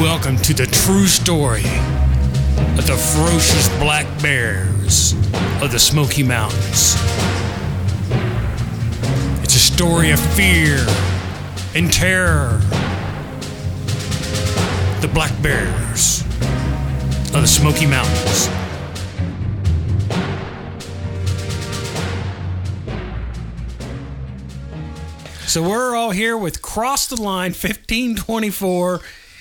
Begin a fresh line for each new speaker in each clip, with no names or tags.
Welcome to the true story of the ferocious black bears of the Smoky Mountains. It's a story of fear and terror. The black bears of the Smoky Mountains. So we're all here with Cross the Line 1524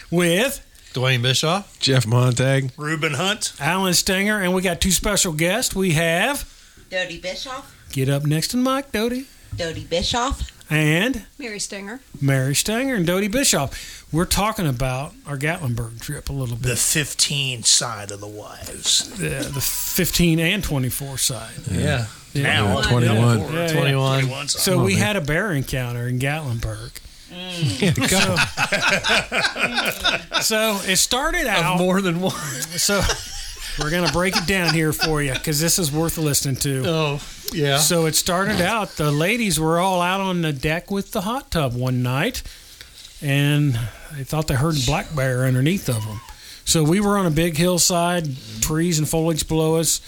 with
Dwayne Bischoff.
Jeff Montag.
Ruben Hunt.
Alan Stenger, and we got two special guests. We have
Dodie Bischoff,
get up next to Mike Doty
Dodie Bischoff,
and
Mary Stinger.
Mary Stenger and Doty Bischoff. We're talking about our Gatlinburg trip a little bit,
The 15 side of the wives.
the, the 15 and 24 side.
Yeah.
Yeah.
Now,
21.
Yeah, yeah.
21.
So we had a bear encounter in Gatlinburg. So it started out
more than one.
So we're gonna break it down here for you because this is worth listening to.
Oh, yeah.
So it started out. The ladies were all out on the deck with the hot tub one night, and they thought they heard a black bear underneath of them. So we were on a big hillside, trees and foliage below us.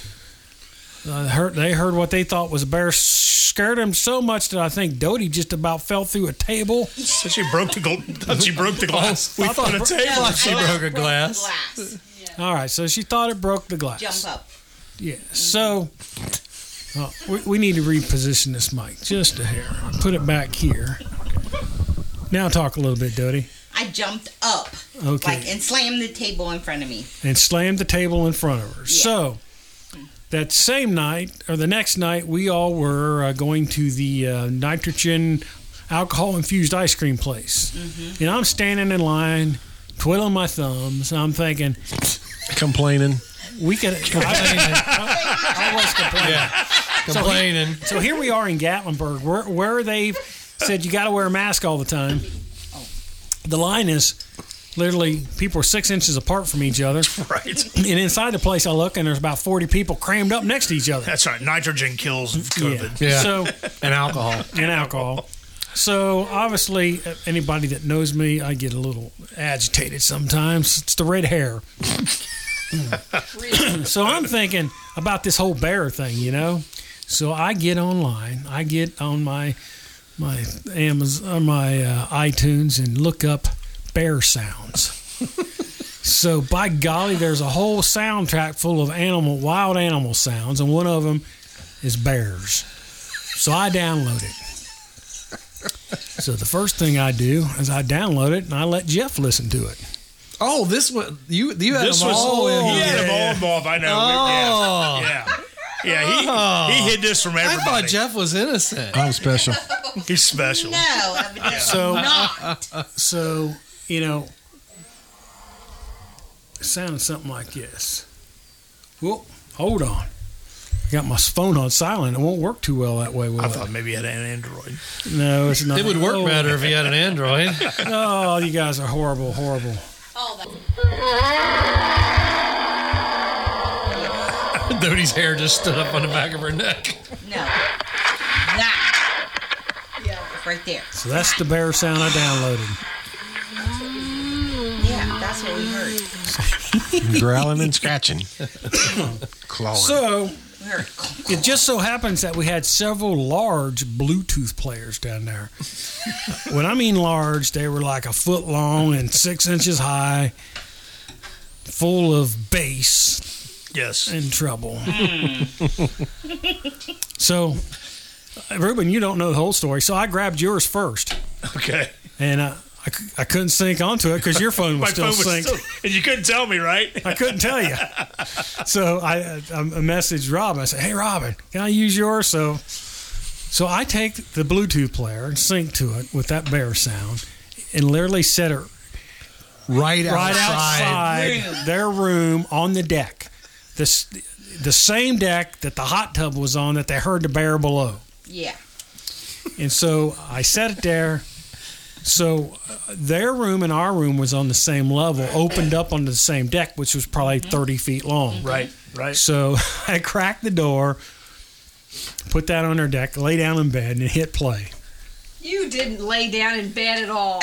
Uh, heard, they heard what they thought was a bear. Scared them so much that I think Doty just about fell through a table.
So she broke the glass. She broke the
Oh.
glass.
I thought it bro-
No,
she
I
broke a
broke the
glass.
glass.
All right, so she thought it broke the glass.
Jump up.
Yeah. So uh, we, we need to reposition this mic just a hair. Put it back here. Now talk a little bit, Dodie.
I jumped up,
Okay.
like, and slammed the table in front of me.
and slammed the table in front of her.
Yeah.
So that same night or the next night, we all were uh, going to the uh, nitrogen alcohol infused ice cream place, and I'm standing in line, twiddling my thumbs, and I'm thinking
Complaining.
we could. I was complaining.
Complaining.
So here we are in Gatlinburg, where, where they've said you got to wear a mask all the time. The line is literally people are six inches apart from each other.
Right.
And inside the place, I look and there's about 40 people crammed up next to each other.
That's right. Nitrogen kills COVID.
Yeah.
So,
and alcohol.
and alcohol. So, obviously, uh, anybody that knows me, I get a little agitated sometimes. It's the red hair. so, I'm thinking about this whole bear thing, you know? So, I get online, I get on my my Amazon, or my uh, iTunes, and look up bear sounds. So by golly, there's a whole soundtrack full of animal, wild animal sounds, and one of them is bears. So I download it. So the first thing I do is I download it and I let Jeff listen to it.
Oh, this one. You, you had
This
them
was
all in.
he
here.
had them all involved. I know.
Oh.
Yeah. Yeah. Yeah, he, he hid this from
I
everybody.
thought Jeff was innocent.
I'm special.
He's special.
No, evidently
So-
not.
So you know, it sounded something like this. Whoa, hold on. I got my phone on silent. It won't work too well that way. Will
I
it?
thought maybe he had an Android.
no, it's not.
It would work
Oh,
better if he had an Android.
Oh, you guys are horrible, horrible.
Dodie's hair just stood up on the back of her neck.
No, that. Yeah, right there.
So that's the bear sound I downloaded.
Yeah, that's what we heard.
Growling and scratching. Clawing.
So
We heard.
it just so happens that we had several large Bluetooth players down there. when I mean large, they were like a foot long and six inches high, full of bass
Yes.
and trouble. so, Ruben, you don't know the whole story. So I grabbed yours first,
Okay.
and I, I, cou- I couldn't sync onto it because your phone was
My
still
phone was
synced.
still, and you couldn't tell me, right?
I couldn't tell you. So I, I, I messaged Robin. I said, "Hey, Robin, can I use yours?" So, so I take the Bluetooth player and sync to it with that bear sound, and literally set it
Right outside.
right outside their room on the deck, this the same deck that the hot tub was on that they heard the bear below.
Yeah.
And so I set it there. So uh, their room and our room was on the same level, opened up onto the same deck, which was probably 30 feet long.
Right. Right.
So I cracked the door, put that on her deck, lay down in bed, and hit play.
You didn't lay down in bed at all.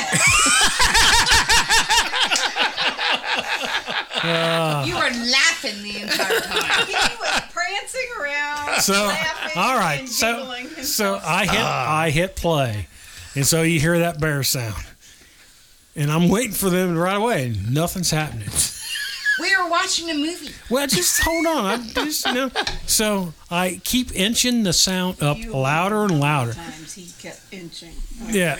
You were laughing the entire time.
He was prancing around,
So
laughing,
all right,
and
so
giggling himself.
so I hit I hit play, and so you hear that bear sound, and I'm waiting for them right away. and Nothing's happening.
We were watching a movie.
Well, just hold on. I just you know. So I keep inching the sound up louder and louder.
Times he kept inching.
Yeah.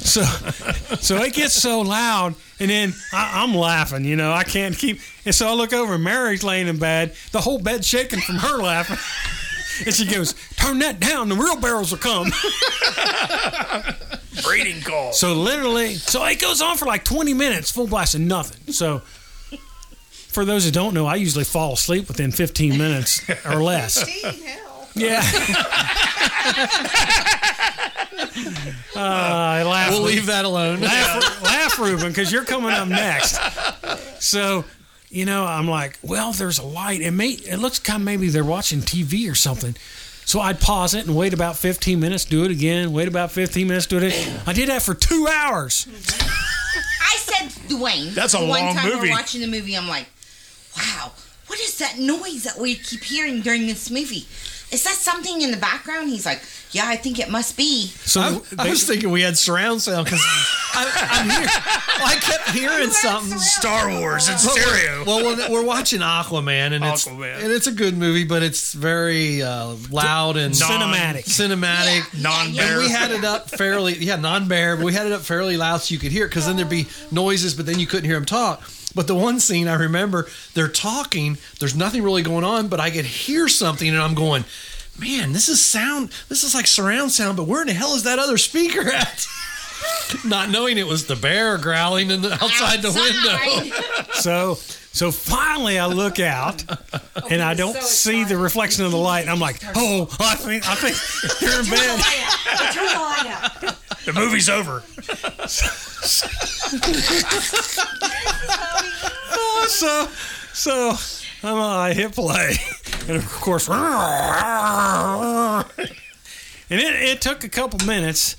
So, so it gets so loud, and then I, I'm laughing. You know, I can't keep. And so I look over, and Mary's laying in bed, the whole bed shaking from her laughing. And she goes, "Turn that down. The real barrels will come."
Breeding call.
So literally, so it goes on for like 20 minutes, full blast and nothing. So, for those who don't know, I usually fall asleep within 15 minutes or less.
Dean, hell.
Yeah. uh, I laugh.
We'll leave that alone.
laugh, laugh Ruben, because you're coming up next. So, you know, I'm like, well, there's a light. It may, it looks kind of maybe they're watching TV or something. So I'd pause it and wait about 15 minutes, do it again, wait about 15 minutes, do it. Again. I did that for two hours.
I said, Dwayne.
That's a
the
long
One time
movie.
we're watching the movie, I'm like, wow, what is that noise that we keep hearing during this movie? Is that something in the background? He's like, yeah, I think it must be.
So
I, I
they-
was thinking we had surround sound because I'm here. I kept hearing something.
Star Wars in
Well, we're-
stereo.
Well, we're, we're watching Aquaman, and it's
Aquaman.
and it's a good movie, but it's very uh, loud and
Cinematic.
Cinematic.
non-bear.
And we had it up fairly, yeah, non-bear, but we had it up fairly loud so you could hear it because then there'd be noises, but then you couldn't hear them talk. But the one scene I remember, they're talking. There's nothing really going on, but I could hear something, and I'm going, "Man, this is sound. This is like surround sound, but where in the hell is that other speaker at?" Not knowing it was the bear growling in the, outside, the window.
Outside.
so so finally I look out and I don't
so
see the
excited.
reflection of the light. And I'm like, oh, I think I think you're in bed.
Yeah, turn the light out.
the movie's over.
so so I'm uh, I hit play, and of course, and it, it took a couple minutes,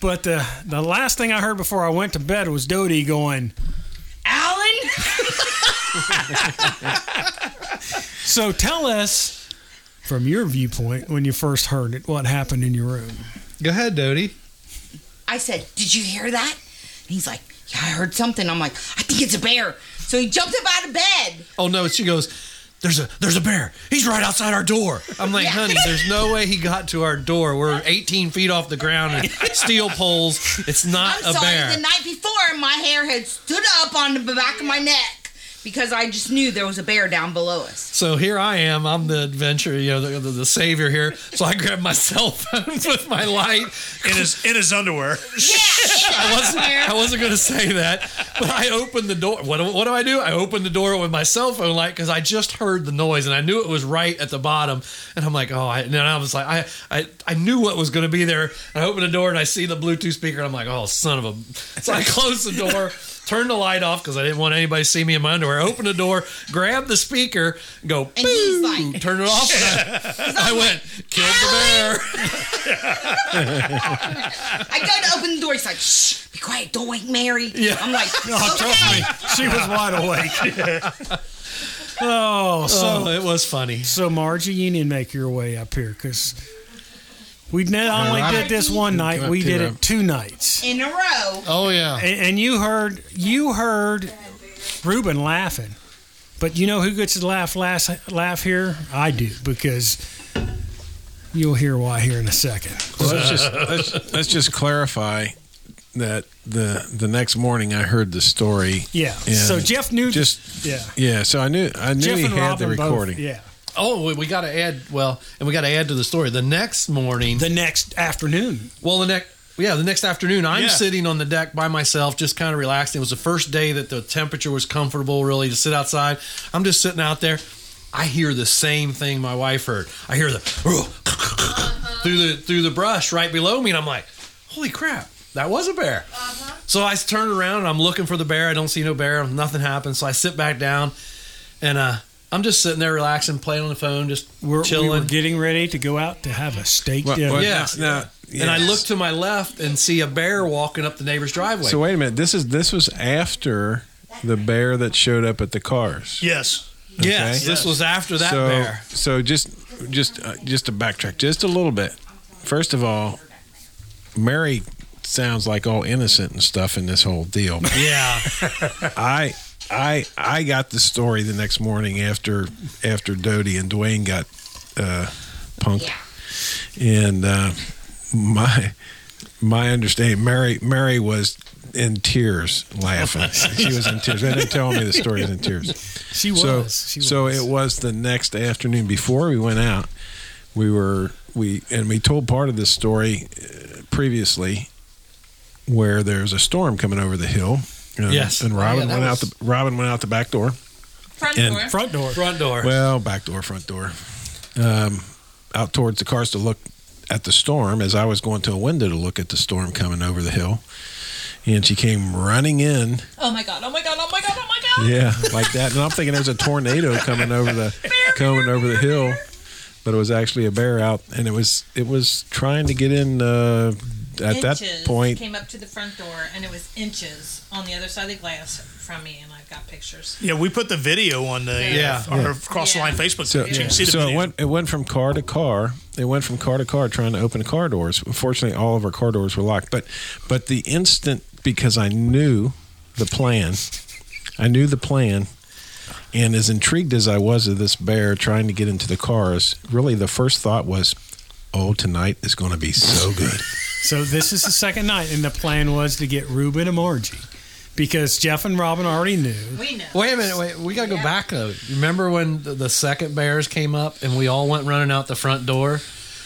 but the the last thing I heard before I went to bed was Dodie going.
Alan?
So tell us from your viewpoint when you first heard it, what happened in your room?
Go ahead, Dodie.
I said, Did you hear that? And he's like, Yeah, I heard something. I'm like, I think it's a bear. So he jumped up out of bed.
Oh no, she goes, There's a there's a bear. He's right outside our door. I'm like,
Yeah.
honey, there's no way he got to our door. We're eighteen feet off the ground and steel poles. It's not
I'm
a
sorry,
bear.
the night before, my hair had stood up on the back of my neck because I just knew there was a bear down below us.
so here I am. I'm the adventure, you know, the, the, the savior here. So I grab my cell phone with my light.
In his in his underwear.
Yeah.
I wasn't, I wasn't going to say that, but I opened the door. What, do- what do I do? I opened the door with my cell phone light because I just heard the noise and I knew it was right at the bottom. And I'm like, oh, I, and then I was like, I, I, I knew what was going to be there. And I open the door and I see the Bluetooth speaker and I'm like, oh, son of a. So I close the door, turn the light off because I didn't want anybody to see me in my underwear. Open the door, grab the speaker, go,
And he's
"Boo,"
like-
turn it off. And I, I went, killed the bear.
I go to open the door. He's like, Shh, be quiet. Don't wake Mary. I'm like,
Oh, Trust
okay.
me, she was wide awake. oh, so
So it was funny.
So, Margie, you need to make your way up here because we not only
Robert,
did this one
come
night,
up
we did
here.
it two nights.
In a row.
Oh yeah.
And, and you heard, you heard Ruben laughing, but you know who gets to laugh last laugh here? I do because you'll hear why here in a second.
Well, let's just let's, let's just clarify that the the next morning I heard the story.
Yeah.
and
So Jeff knew.
just
yeah.
yeah. So I knew I knew
Jeff
he
and
had
Robin
the recording.
Both, yeah.
Oh, we- we got to add. Well, and we got to add to the story. The next morning,
The next afternoon.
well, the next. Yeah, the next afternoon, I'm
Yeah.
sitting on the deck by myself, just kind of relaxing. It was the first day that the temperature was comfortable, really, to sit outside. I'm just sitting out there. I hear the same thing my wife heard. I hear the through the through the brush right below me, and I'm like, "Holy crap, that was a bear!" So I turn around and I'm looking for the bear. I don't see no bear. Nothing happens. So I sit back down, and uh, I'm just sitting there relaxing, playing on the phone, just
We're, we
chilling.
were getting ready to go out to have a steak
Well,
dinner.
well,
Yeah.
now-
And I
yes.
look to my left and see a bear walking up the neighbor's driveway.
So wait a minute. This is this was after the bear that showed up at the cars.
Yes.
Yes,
Okay.
this was after that
so,
bear.
So just just uh, just to backtrack just a little bit. First of all, Mary sounds like all innocent and stuff in this whole deal. but
Yeah,
I I I got the story the next morning after after Doty and Dwayne got uh, punked, and uh, my my understanding Mary Mary was in tears laughing. she was in tears. They didn't tell me the story was in tears
She was.
so
she
so
was.
it was the next afternoon before we went out. We were we and we told part of this story uh, previously, where there's a storm coming over the hill. And,
Yes.
and Robin
Oh, Yeah, that
went out
was-
the Robin went out the back door.
Front
And-
door.
front door.
front door.
Well, back door, front door, um, out towards the cars to look at the storm. As I was going to a window to look at the storm coming over the hill, and she came running in.
Oh my god! Oh my god! Oh my god! Oh my god!
Yeah, like that. And I'm thinking there's a tornado coming over the coming over the hill, but it was actually a bear out, and it was it was trying to get in. Uh, at that
inches
point,
came up to the front door and it was inches on the other side of the glass from me and I've got pictures
Yeah, we put the video on the
Yeah.
yeah, our cross the line Facebook
so,
page. You can see the
so it
video.
went it went from car to car. It went from car to car trying to open car doors. Fortunately, all of our car doors were locked. But but the instant because I knew the plan, I knew the plan. And as intrigued as I was of this bear trying to get into the cars, really the first thought was, "Oh, tonight is going to be so good."
So this is the second night, and the plan was to get Ruben a orgy because Jeff and Robin already knew.
we know
Wait a minute, wait. We gotta go back though. Remember when the, the second bears came up and we all went running out the front door?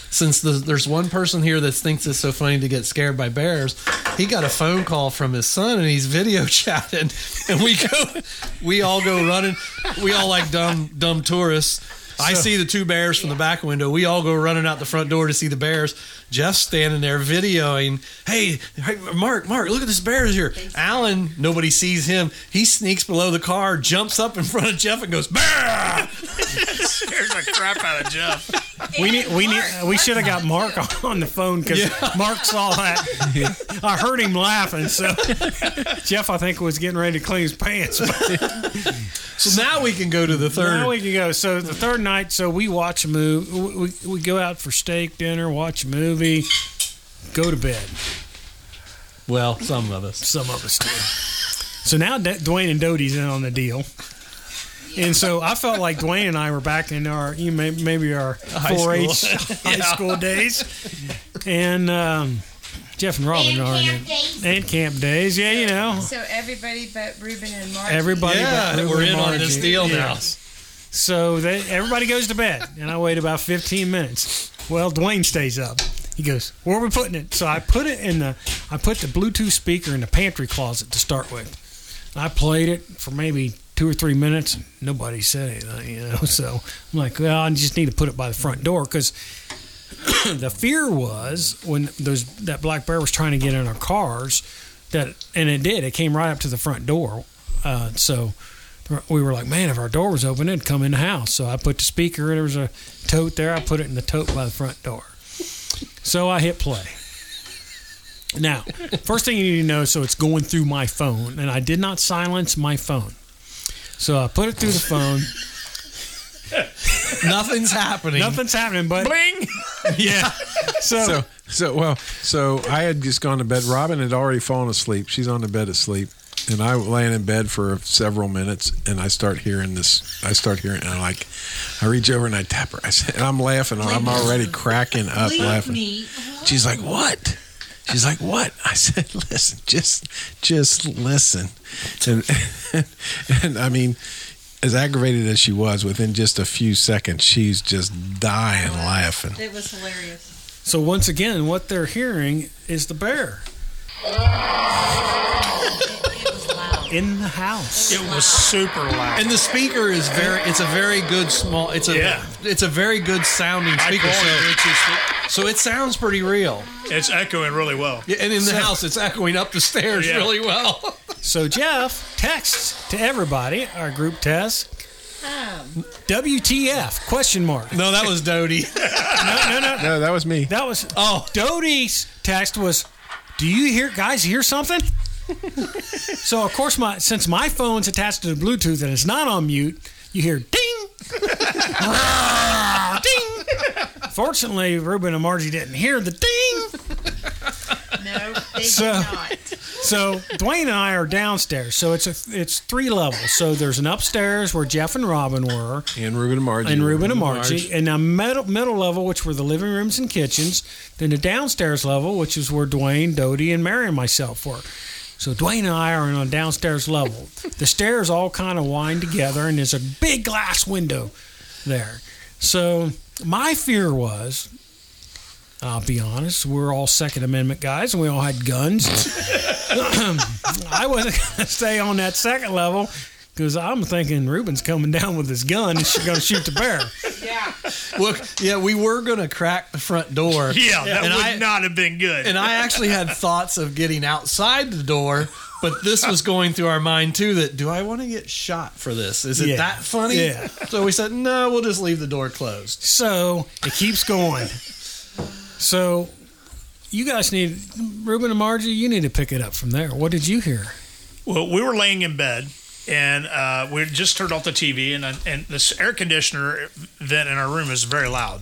Since the, there's one person here that thinks it's so funny to get scared by bears, he got a phone call from his son and he's video chatting, and we go, we all go running, we all like dumb dumb tourists. I see the two bears from the back window. We all go running out the front door to see the bears. Jeff's standing there videoing. Hey, hey, Mark, Mark, look at this bears here. Alan, nobody sees him. He sneaks below the car, jumps up in front of Jeff, and goes, "Bear!"
Scares the crap out of Jeff.
We need, we need, we should have got Mark on- on the phone because Mark saw that. I heard him laughing. So Jeff, I think, was getting ready to clean his pants.
So now we can go to the third.
Now we can go. So the third night, so we watch a movie. We, we, we go out for steak dinner, watch a movie, go to bed.
well, some of us.
Some of us do. so now D- Dwayne and Doty's in on the deal. And so I felt like Dwayne and I were back in our you may, maybe our
High
4-H
school.
high school days, and um, Jeff and Robin are in it.
days.
and camp days. Yeah, you know
So everybody but Ruben and Mark.
everybody.
Yeah,
but Ruben
we're
and
in on
Margie.
this deal
Yeah.
now.
So they, everybody goes to bed, and I wait about 15 minutes. Well, Dwayne stays up. He goes, "Where are we putting it?" So I put it in the, I put the Bluetooth speaker in the pantry closet to start with. And I played it for maybe two or three minutes. and Nobody said anything, you know. So I'm like, "Well, I just need to put it by the front door because." the fear was when those that black bear was trying to get in our cars, that and it did. It came right up to the front door. Uh, so we were like, man, if our door was open, it'd come in the house. So I put the speaker, there was a tote there. I put it in the tote by the front door. So I hit play. Now, first thing you need to know so it's going through my phone, and I did not silence my phone. So I put it through the phone.
Nothing's happening.
Nothing's happening, but
Bling.
yeah. so
so so well so i had just gone to bed robin had already fallen asleep she's on the bed asleep and i was laying in bed for several minutes and i start hearing this i start hearing and i like i reach over and i tap her i said and i'm laughing i'm already cracking up laughing she's like what She's like, "What?" I said, "Listen, just, just listen," and and I mean, as aggravated as she was, within just a few seconds, she's just dying laughing.
it was hilarious
So once again, what they're hearing is the bear in the house.
It was super loud.
And the speaker is very. It's a very good small. It's a.
Yeah.
It's a very good sounding
High
speaker.
quality,
So,
Bluetooth
so it sounds pretty real.
speak- It's echoing really well.
Yeah, And in the house, it's echoing up the stairs
Yeah.
really well.
So Jeff texts to everybody, our group test. WTF? Question mark.
No, that was Doty.
No, that was me.
That was
Oh.
Doty's text was, "Do you hear guys hear something?" So of course, my since my phone's attached to the Bluetooth and it's not on mute, you hear ding, Ah, ding. Fortunately, Ruben and Margie didn't hear the ding,
No, they
So-
did not.
so Dwayne and I are downstairs. So it's a it's three levels. So there's an upstairs where Jeff and Robin were,
And Ruben and Margie.
and Ruben and Margie, and a middle, middle level, which were the living rooms and kitchens, then the downstairs level, which is where Dwayne, Dodie, and Mary and myself were. So Dwayne and I are on a downstairs level. the stairs all kind of wind together, and there's a big glass window there. So my fear was, I'll be honest, we're all Second Amendment guys, and we all had guns. I wasn't going to stay on that second level because I'm thinking Ruben's coming down with his gun and she's going to shoot the bear.
Look, yeah, we were gonna crack the front door.
Yeah, that
and
would
I,
not have been good.
and I actually had thoughts of getting outside the door, but this was going through our mind too. That do I want to get shot for this? Is it
Yeah.
that funny?
Yeah.
So we said no. We'll just leave the door closed.
So it keeps going. So you guys need, Ruben and Margie, you need to pick it up from there. What did you hear?
Well, we were laying in bed and uh, we had just turned off the TV, and uh, and this air conditioner vent in our room is very loud.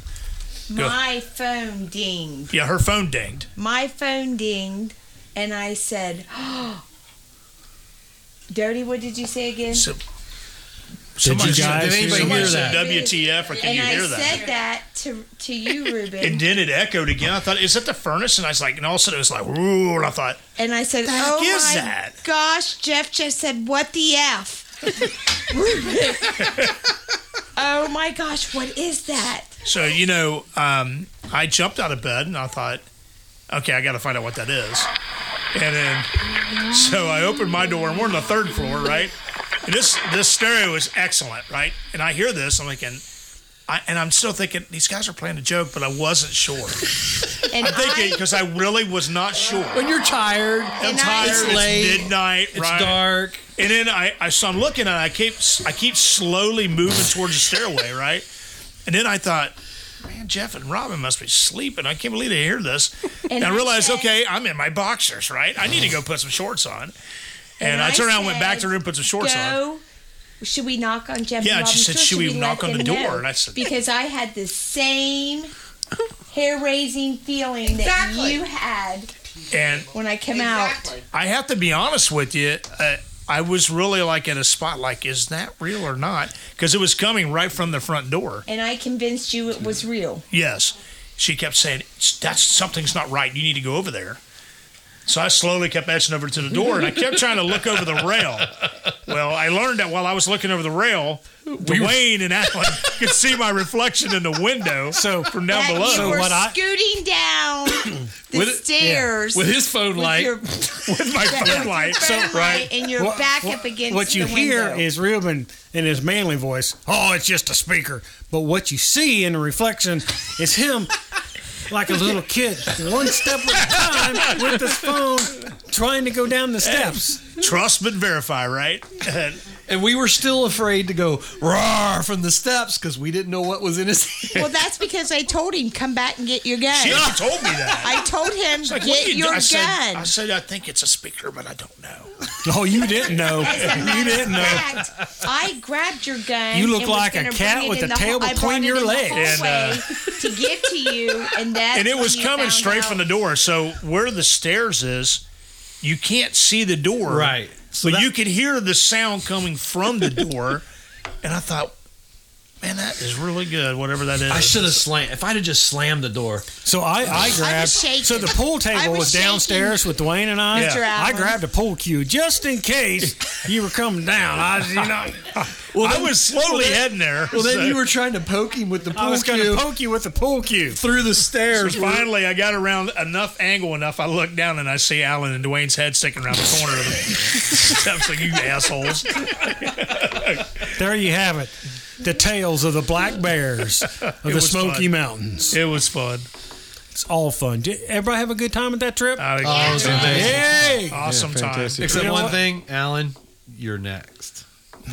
My phone dinged.
Yeah, her phone dinged.
My phone dinged, and I said, oh. Dodie, what did you say again?
So,
you guys
did anybody
somebody
hear
said,
that?
WTF, or can
and
you
I
hear that?
said that to, to you,
And
Ruben.
then it echoed again. I thought, is that the furnace? And I was like, and all of a sudden it was like, ooh, and I thought,
and I said,
heck
oh
is
my
that?"
gosh, Jeff just said, what the F? Ruben. oh my gosh, what is that?
so, you know, um, I jumped out of bed and I thought, okay, I got to find out what that is. And then, so I opened my door and we're on the third floor, right? And this, this stereo is excellent, right? And I hear this, I'm thinking, I, and I'm still thinking, these guys are playing a joke, but I wasn't sure.
And
I'm thinking, because I really was not sure.
When you're tired, I'm
And I-
tired.
It's
It's late.
It's midnight,
It's
right?
dark.
And then I, I so I'm looking and I keep I keep slowly moving towards the stairway, right? And then I thought, man, Jeff and Robin must be sleeping. I can't believe they hear this. And, I
I
realized,
said-
okay, I'm in my boxers, right? I need to go put some shorts on. And,
And
I,
I
turned around, and went
said,
back to the room, put some shorts on.
go. Should we knock on Jeff?
Yeah,
and
and she
Robin's
said,
door?
"Should we
let
knock on the
them
door?"
know?"
And I said-
because I had the same hair-raising feeling that
Exactly.
you had
And
when I came out.
I have to be honest with you. Uh, I was really like in a spot, like, is that real or not? Because it was coming right from the front door.
And I convinced you it was real.
Yes. She kept saying, That's something's not right. You need to go over there. So I slowly kept edging over to the door and I kept trying to look over the rail. Well, I learned that while I was looking over the rail, Dwayne and Alan could see my reflection in the window
So-
from down
that
below.
you were
what I-
scooting down the
With it- yeah.
stairs
With his phone light,
your,
with my
with your
phone light.
phone light and your
What-
back
what-
up against
What you
the
hear
window.
is Ruben in his manly voice, oh, it's just a speaker. But what you see in the reflection is him like a little kid, one step at a time with his phone trying to go down the steps.
Trust but verify, right? And
and we were still afraid to go roar from the steps because we didn't know what was in his.
well, that's because I told him come back and get your
she
gun.
never told me that.
I told him
Like, what
get
do you do?"
your
I
gun.
said, I said, I think it's a speaker, but I don't know.
Oh, you didn't know. you didn't know.
fact, I grabbed your gun.
You look
and was
like a
gonna
cat
bring it
with
in
a
the
tail
hall- I
between
brought it
your
in the
legs.
And, uh,
hallway to get to you, and that
and it was coming straight from the door. So where the stairs is, you can't see the door,
Right.
So but you could hear the sound coming from the door. and I thought, man, that is really good. Whatever that is,
I should have slammed. If I'd have just slammed the door,
So I, I grabbed.
shaking.
So the pool
I
table
was
was, downstairs with Dwayne and I.
Mr.
I
Allen.
grabbed a pool cue just in case you were coming down. I, you know,
Well, I
then-
was slowly
well, then-
heading there.
Well, then
so
you were trying to poke him with the
I
pool
was going
cue
to poke you with the pool cue.
through the stairs.
Finally, I got around enough angle enough. I looked down and I see Alan and Dwayne's head sticking around the corner of the steps. Like you assholes.
There you have it. The tales of the black bears of the
was
Smoky
fun.
Mountains.
It was fun.
It's all fun. Did everybody have a good time at that trip?
I-
Oh, it was amazing.
Yay!
awesome time.
fantastic.
Except
You know
one
what?
thing, Alan, you're next.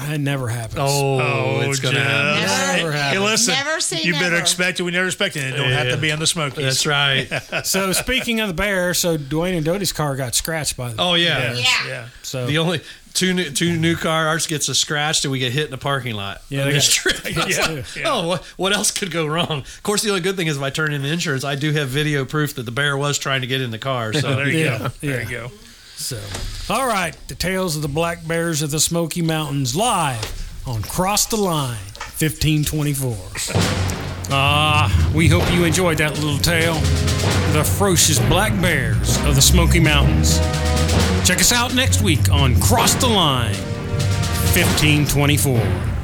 out.
That never happens.
Oh, it's
Jeff.
gonna happen. It's
Never.
never
Hey,
happen.
listen.
Never say
you better
never.
expect it. We never expect it. It don't have
Yeah.
to be on the Smokies.
That's right.
So speaking of the bear, so Dwayne and Doty's car got scratched by the
Oh yeah.
Yeah.
Yeah.
yeah.
so
The only two new, two new car ours gets a scratch and we get hit in the parking lot.
Yeah,
on
they
this
got-
trip. I was
Yeah,
like,
yeah.
Oh, what, what else could go wrong? Of course, the only good thing is if I turn in the insurance, I do have video proof that the bear was trying to get in the car. So
There you
Yeah,
go. There
yeah.
you go.
so all right, the tales of the black bears of the Smoky Mountains live on Cross the Line 1524. Ah, we hope you enjoyed that little tale. The ferocious black bears of the Smoky Mountains. Check us out next week on Cross the Line 1524.